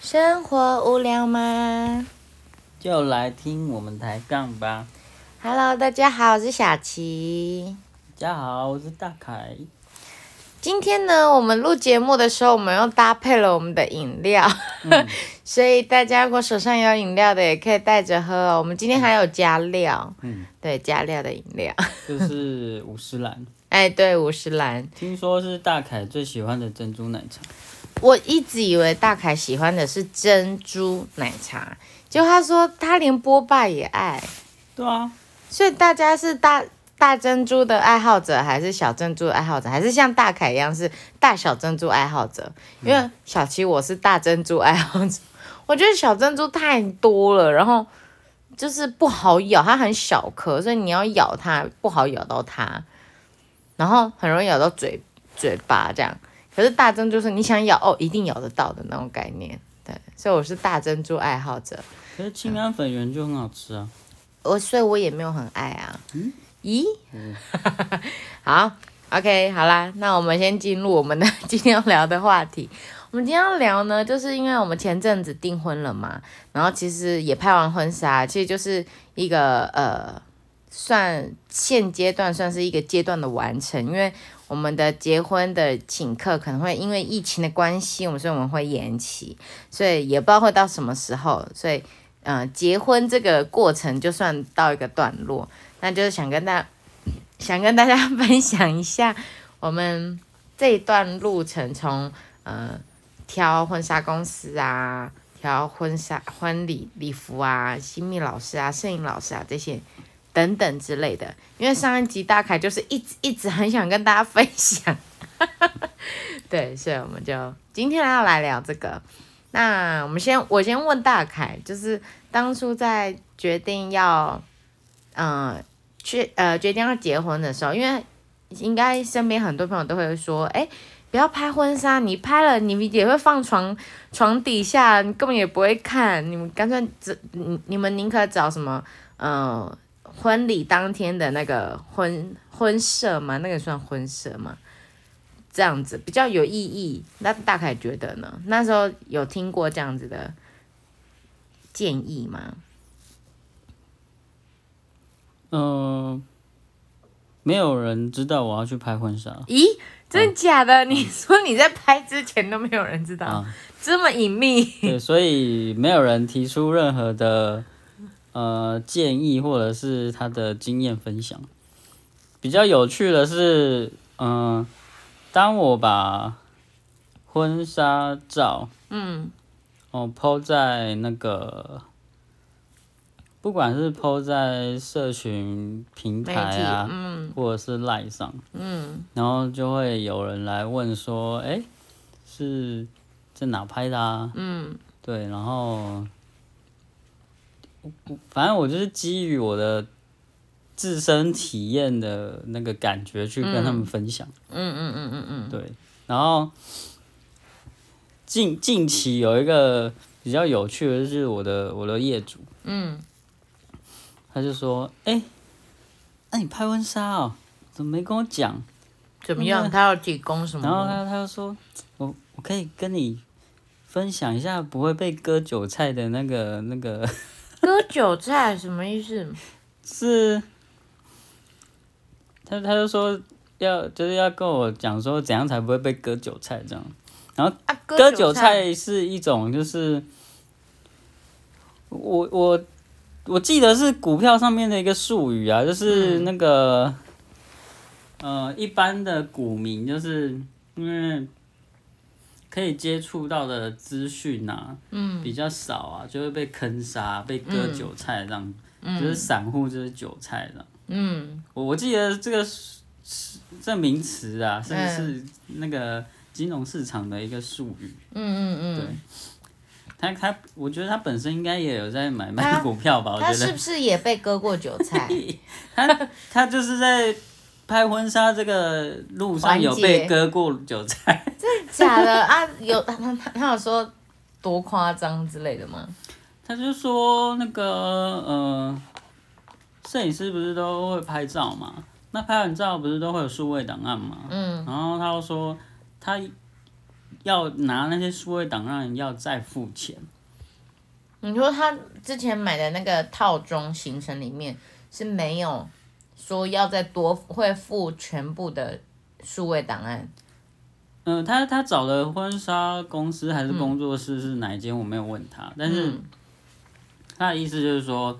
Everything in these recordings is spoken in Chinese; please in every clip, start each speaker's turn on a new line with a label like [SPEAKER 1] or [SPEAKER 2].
[SPEAKER 1] 生活无聊吗
[SPEAKER 2] 就来听我们抬杠吧。
[SPEAKER 1] ？Hello，大家好，我是小琪。
[SPEAKER 2] 大家好，我是大凯。
[SPEAKER 1] 今天呢，我们录节目的时候，我们又搭配了我们的饮料， 所以大家如果手上有饮料的，也可以带着喝哦。我们今天还有加料，
[SPEAKER 2] 嗯，
[SPEAKER 1] 对，加料的饮料。
[SPEAKER 2] 这是五十 岚，
[SPEAKER 1] 哎，对，五十岚，
[SPEAKER 2] 听说是大凯最喜欢的珍珠奶茶。
[SPEAKER 1] 我一直以为大凯喜欢的是珍珠奶茶，结果他说他连波霸也爱。
[SPEAKER 2] 对啊，
[SPEAKER 1] 所以大家是大大珍珠的爱好者，还是小珍珠的爱好者，还是像大凯一样是大小珍珠爱好者？因为小七我是大珍珠爱好者，我觉得小珍珠太多了，然后就是不好咬，它很小颗，所以你要咬它不好咬到它，然后很容易咬到嘴嘴巴这样。可是大珍珠是你想咬哦，一定咬得到的那种概念。对，所以我是大珍珠爱好者。
[SPEAKER 2] 可是清安粉圆就很好吃啊。
[SPEAKER 1] 我所以我也没有很爱啊。咦？ 好，OK，好啦，那我们先进入我们的 今天要聊的话题。我们今天要聊呢，就是因为我们前阵子订婚了嘛，然后其实也拍完婚纱，其实就是一个呃，算现阶段算是一个阶段的完成，因为我们的结婚的请客可能会因为疫情的关系，我们所以我们会延期，所以也不知道会到什么时候，所以呃，结婚这个过程就算到一个段落，那就是想跟大 想跟大家分享一下我们这一段路程从呃挑婚纱公司啊，挑婚纱婚礼礼服啊，新密老师啊，摄影老师啊这些。等等之类的，因为上一集大凯就是一直一直很想跟大家分享， 对，所以我们就今天要来聊这个。那我们先，我先问大凯，就是当初在决定要，嗯、呃，去呃决定要结婚的时候，因为应该身边很多朋友都会说，哎、不要拍婚纱，你拍了你也会放床床底下，你根本也不会看，你们干脆只你你们宁可找什么，呃，婚礼当天的那个婚婚摄嘛，那个算婚摄嘛，这样子比较有意义。那大凯觉得呢？那时候有听过这样子的建议吗？
[SPEAKER 2] 嗯、没有人知道我要去拍婚纱
[SPEAKER 1] 咦，真的假的？你说你在拍之前都没有人知道，
[SPEAKER 2] 啊，
[SPEAKER 1] 这么隐秘？
[SPEAKER 2] 对，所以没有人提出任何的呃建议或者是他的经验分享。比较有趣的是，嗯、当我把婚纱照，
[SPEAKER 1] 嗯，
[SPEAKER 2] 哦抛在那个，不管是抛在社群平
[SPEAKER 1] 媒
[SPEAKER 2] 台
[SPEAKER 1] 体，
[SPEAKER 2] 啊，
[SPEAKER 1] 嗯
[SPEAKER 2] 或者是赖上，
[SPEAKER 1] 嗯，
[SPEAKER 2] 然后就会有人来问说，哎、是在哪拍的啊？嗯，对，然后，我反正我就是基于我的自身体验的那个感觉去跟他们分享，
[SPEAKER 1] 嗯嗯嗯嗯嗯，
[SPEAKER 2] 对，然后近近期有一个比较有趣的，就是我的我的业主，
[SPEAKER 1] 嗯，
[SPEAKER 2] 他就说，哎、那、你拍婚纱哦，怎么没跟我讲？
[SPEAKER 1] 怎么样？他要提供什么
[SPEAKER 2] 然后
[SPEAKER 1] 吗？
[SPEAKER 2] 他他就说，我我可以跟你分享一下不会被割韭菜的那个那个
[SPEAKER 1] 割韭菜什么意思？
[SPEAKER 2] 是，他他就说要就是要跟我讲说怎样才不会被割韭菜这样。
[SPEAKER 1] 啊，
[SPEAKER 2] 割
[SPEAKER 1] 割
[SPEAKER 2] 韭
[SPEAKER 1] 菜，
[SPEAKER 2] 菜是一种就是我我我记得是股票上面的一个术语啊，就是那个、呃一般的股民就是因为可以接触到的资讯啊，嗯，比较少啊，就会被坑杀、被割韭菜这样，就是散户就是韭菜这样。
[SPEAKER 1] 嗯
[SPEAKER 2] 我我记得这个是是这名词啊，是
[SPEAKER 1] 嗯
[SPEAKER 2] 是那个金融市场的一个术语。
[SPEAKER 1] 嗯嗯嗯，
[SPEAKER 2] 他他，我觉得他本身应该也有在买
[SPEAKER 1] 他
[SPEAKER 2] 卖股票吧？我
[SPEAKER 1] 他
[SPEAKER 2] 觉
[SPEAKER 1] 是
[SPEAKER 2] 得
[SPEAKER 1] 不是也被割过韭菜？
[SPEAKER 2] 他就是在拍婚纱这个路上有
[SPEAKER 1] 环节
[SPEAKER 2] 被割过韭菜，
[SPEAKER 1] 假的啊？有他他他他有说多夸张之类的吗？
[SPEAKER 2] 他就说那个呃，摄影师不是都会拍照嘛？那拍完照不是都会有数位档案嘛？
[SPEAKER 1] 嗯
[SPEAKER 2] 然后他又说他要拿那些数位档，让人要再付钱。
[SPEAKER 1] 你说他之前买的那个套装行程里面是没有说要再多会付全部的数位档案，
[SPEAKER 2] 嗯、他他找的婚纱公司还是
[SPEAKER 1] 嗯
[SPEAKER 2] 工作室是哪一间，我没有问他，但是他的意思就是说，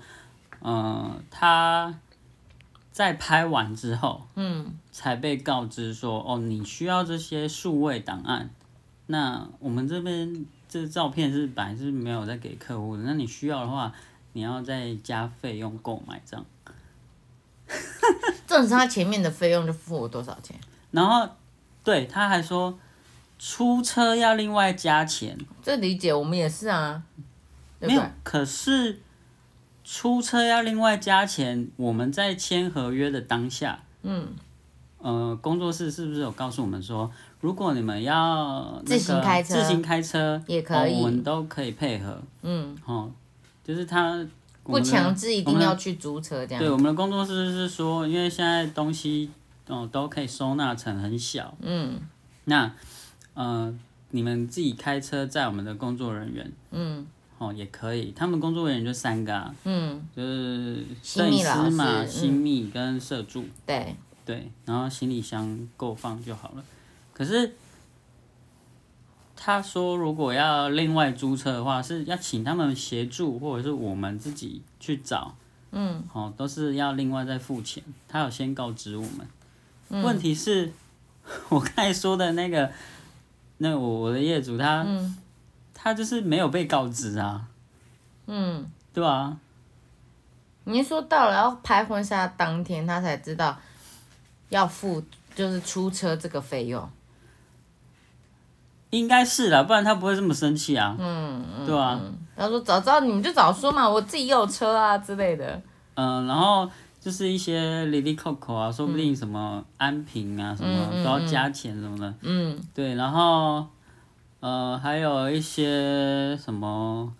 [SPEAKER 2] 嗯、他在拍完之后，
[SPEAKER 1] 嗯，
[SPEAKER 2] 才被告知说，哦，你需要这些数位档案。那我们这边这照片是本来是没有在给客户的，那你需要的话，你要再加费用购买这样。
[SPEAKER 1] 重点是他前面的费用就付我多少钱，
[SPEAKER 2] 然后，对他还说，出车要另外加钱。
[SPEAKER 1] 这理解我们也是啊，对
[SPEAKER 2] 没
[SPEAKER 1] 不
[SPEAKER 2] 有
[SPEAKER 1] 对？，
[SPEAKER 2] 可是出车要另外加钱。我们在签合约的当下，
[SPEAKER 1] 嗯，
[SPEAKER 2] 呃，工作室是不是有告诉我们说，如果你们要、那个、
[SPEAKER 1] 自行开车
[SPEAKER 2] 自行开车
[SPEAKER 1] 也可以
[SPEAKER 2] 哦我们都可以配合。
[SPEAKER 1] 嗯，
[SPEAKER 2] 哦，就是他我
[SPEAKER 1] 不
[SPEAKER 2] 们的
[SPEAKER 1] 强制一
[SPEAKER 2] 我
[SPEAKER 1] 定
[SPEAKER 2] 们的
[SPEAKER 1] 要去租车这
[SPEAKER 2] 对，
[SPEAKER 1] 样，
[SPEAKER 2] 我们的工作室是说，因为现在东西哦都可以收纳成很小，
[SPEAKER 1] 嗯
[SPEAKER 2] 那呃，你们自己开车载我们的工作人员
[SPEAKER 1] 嗯
[SPEAKER 2] 哦也可以，他们工作人员就三个啊，
[SPEAKER 1] 嗯，
[SPEAKER 2] 就是
[SPEAKER 1] 新
[SPEAKER 2] 摄影
[SPEAKER 1] 密老
[SPEAKER 2] 师嘛，
[SPEAKER 1] 师嗯
[SPEAKER 2] 新密跟社助，
[SPEAKER 1] 对，
[SPEAKER 2] 对，然后行李箱够放就好了。可是他说，如果要另外租车的话，是要请他们协助，或者是我们自己去找，
[SPEAKER 1] 嗯
[SPEAKER 2] 哦，都是要另外再付钱。他有先告知我们。
[SPEAKER 1] 嗯
[SPEAKER 2] 问题是， 我刚才说的那个，那我我的业主他、
[SPEAKER 1] 嗯
[SPEAKER 2] 他就是没有被告知啊，
[SPEAKER 1] 嗯，
[SPEAKER 2] 对吧、
[SPEAKER 1] 您说到了要拍婚纱当天，他才知道要付就是出车这个费用，
[SPEAKER 2] 应该是啦，不然他不会这么生气啊，
[SPEAKER 1] 嗯嗯，
[SPEAKER 2] 对吧、啊
[SPEAKER 1] 他说早知道你们就早说嘛，我自己也有车啊之类的，
[SPEAKER 2] 嗯，然后就是一些 Lily Coco 啊，说不定什么安瓶啊，什么
[SPEAKER 1] 嗯嗯
[SPEAKER 2] 都要加钱什么的。
[SPEAKER 1] 嗯
[SPEAKER 2] 对，然后呃，还有一些什么，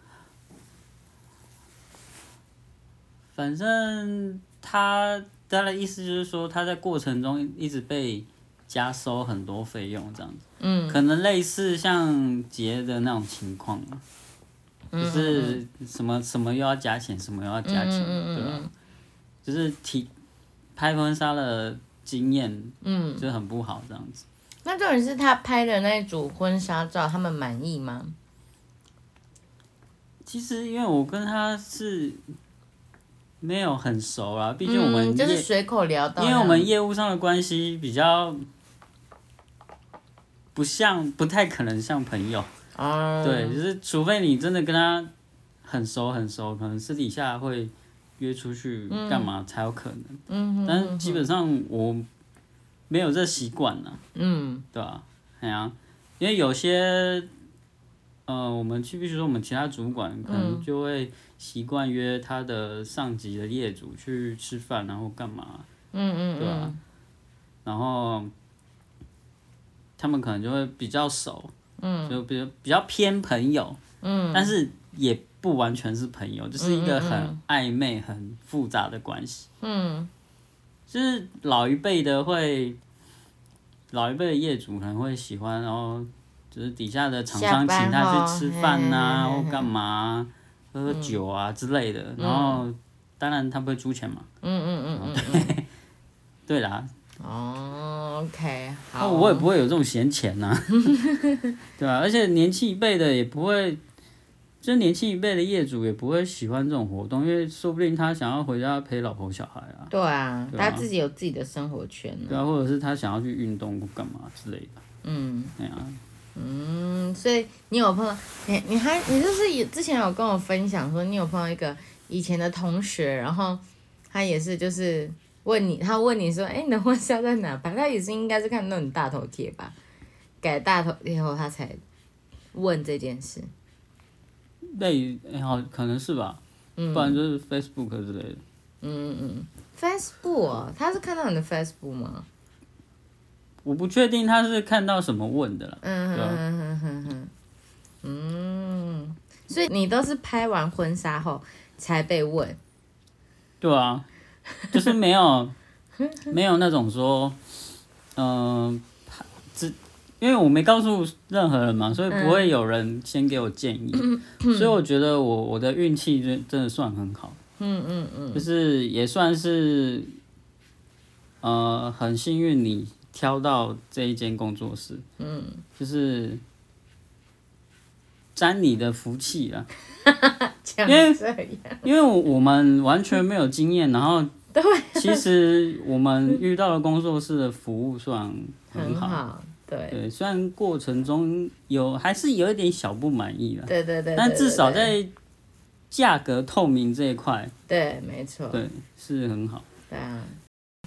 [SPEAKER 2] 反正他他的意思就是说，他在过程中一直被加收很多费用，这样子，
[SPEAKER 1] 嗯
[SPEAKER 2] 可能类似像杰的那种情况啊。就
[SPEAKER 1] 嗯，
[SPEAKER 2] 是什么什么又要加钱，什么又要加钱，
[SPEAKER 1] 嗯嗯嗯
[SPEAKER 2] 对啊吧？就是提拍婚纱的经验
[SPEAKER 1] 嗯，
[SPEAKER 2] 就很不好，这样子。
[SPEAKER 1] 那重点是他拍的那一组婚纱照，他们满意吗？
[SPEAKER 2] 其实因为我跟他是没有很熟啦，毕
[SPEAKER 1] 毕
[SPEAKER 2] 竟我们业、
[SPEAKER 1] 嗯就是随口聊到，
[SPEAKER 2] 因为我们业务上的关系比较不像，不太可能像朋友。
[SPEAKER 1] 啊，
[SPEAKER 2] 对，就是除非你真的跟他很熟很熟，可能私底下会约出去干嘛才有可能。
[SPEAKER 1] 嗯哼
[SPEAKER 2] 但是基本上我没有这习惯呐，
[SPEAKER 1] 嗯
[SPEAKER 2] 对吧、哎呀、因为有些，呃，我们去，比如说我们其他主管可
[SPEAKER 1] 嗯
[SPEAKER 2] 能就会习惯约他的上级的业主去吃饭，然后干嘛，
[SPEAKER 1] 嗯嗯
[SPEAKER 2] 对啊吧、
[SPEAKER 1] 嗯
[SPEAKER 2] 然后他们可能就会比较熟，
[SPEAKER 1] 嗯
[SPEAKER 2] 就比较比较偏朋友，
[SPEAKER 1] 嗯，
[SPEAKER 2] 但是也不完全是朋友，就是一个
[SPEAKER 1] 嗯
[SPEAKER 2] 很暧昧、很复杂的关系。
[SPEAKER 1] 嗯
[SPEAKER 2] 就是老一辈的会，老一辈的业主可能会喜欢，然后就是底下的厂
[SPEAKER 1] 下
[SPEAKER 2] 商
[SPEAKER 1] 班
[SPEAKER 2] 请他去吃饭呐、
[SPEAKER 1] 后嘿嘿嘿嘿
[SPEAKER 2] 或干嘛啊、喝喝酒啊之类的。然后当然他不会出钱嘛，
[SPEAKER 1] 嗯嗯嗯
[SPEAKER 2] 对啦，
[SPEAKER 1] 嗯，哦，OK，
[SPEAKER 2] 那
[SPEAKER 1] 好，
[SPEAKER 2] 我也不会有这种闲钱呐、 对吧、而且年轻一辈的也不会。就年轻一辈的业主也不会喜欢这种活动，因为说不定他想要回家陪老婆小孩啊，
[SPEAKER 1] 对啊，
[SPEAKER 2] 对啊
[SPEAKER 1] 他自己有自己的生活圈呢
[SPEAKER 2] 对啊，或者是他想要去运动或干嘛之类的，
[SPEAKER 1] 嗯
[SPEAKER 2] 对啊，
[SPEAKER 1] 嗯，所以你有碰到你你还你就是有之前有跟我分享说你有碰到一个以前的同学，然后他也是就是问你，他问你说，哎、你的婚纱在哪拍？他也是应该是看到你大头贴吧，改大头贴后他才问这件事。
[SPEAKER 2] 类、哎好可能是吧，
[SPEAKER 1] 嗯
[SPEAKER 2] 不然就是 Facebook 之类的。
[SPEAKER 1] 嗯嗯，Facebook，哦他是看到你的 Facebook 吗？
[SPEAKER 2] 我不确定他是看到什么问的啦，
[SPEAKER 1] 嗯
[SPEAKER 2] 对啊
[SPEAKER 1] 哼哼哼哼哼，嗯，所以你都是拍完婚纱后才被问。
[SPEAKER 2] 对啊，就是 没有没有那种说，嗯、呃，拍因为我没告诉任何人嘛，所以不会有人先给我建议，所以我觉得我我的运气真真的算很好，嗯嗯嗯，就是也算是，呃，很幸运你挑到这一间工作室，嗯，就是沾你的福气啊，
[SPEAKER 1] 这
[SPEAKER 2] 因为
[SPEAKER 1] 样这样，
[SPEAKER 2] 因为我我们完全没有经验，然后其实我们遇到的工作室的服务算很
[SPEAKER 1] 很
[SPEAKER 2] 好。
[SPEAKER 1] 好，对
[SPEAKER 2] 对，虽然过程中有还是有一点小不满意啦，
[SPEAKER 1] 对对对，
[SPEAKER 2] 但
[SPEAKER 1] 对
[SPEAKER 2] 至少
[SPEAKER 1] 对
[SPEAKER 2] 在价格透明这一块，
[SPEAKER 1] 对，没错，
[SPEAKER 2] 对，是很好。
[SPEAKER 1] 对啊，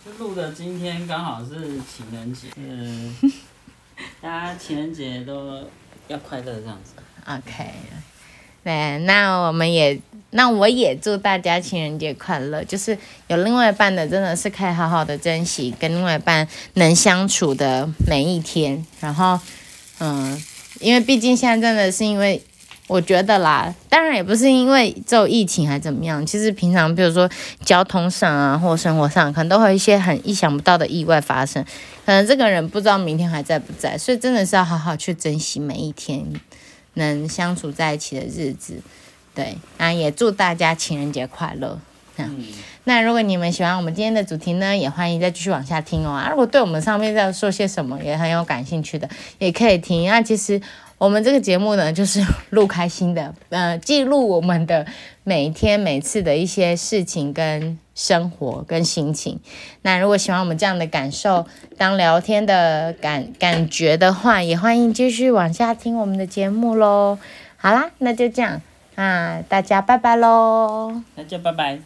[SPEAKER 2] 就录的今天刚好是情人节，嗯， 大家情人节都要快乐这样 子。
[SPEAKER 1] OK，对，那我们也，那我也祝大家情人节快乐。就是有另外一半的，真的是可以好好的珍惜跟另外一半能相处的每一天。然后，嗯，因为毕竟现在真的是因为。我觉得啦，当然也不是因为只有疫情还怎么样，其实平常比如说交通上啊，或生活上，可能都会有一些很意想不到的意外发生，可能这个人不知道明天还在不在，所以真的是要好好去珍惜每一天能相处在一起的日子。对，那也祝大家情人节快乐。
[SPEAKER 2] 嗯，
[SPEAKER 1] 那如果你们喜欢我们今天的主题呢，也欢迎再继续往下听哦。啊，如果对我们上面在说些什么也很有感兴趣的，也可以听。那其实我们这个节目呢，就是录开心的，呃，记录我们的每一天每次的一些事情跟生活跟心情。那如果喜欢我们这样的感受，当聊天的感感觉的话，也欢迎继续往下听我们的节目啊喽。好啦，那就这样，那大家拜拜喽。
[SPEAKER 2] 那就拜拜。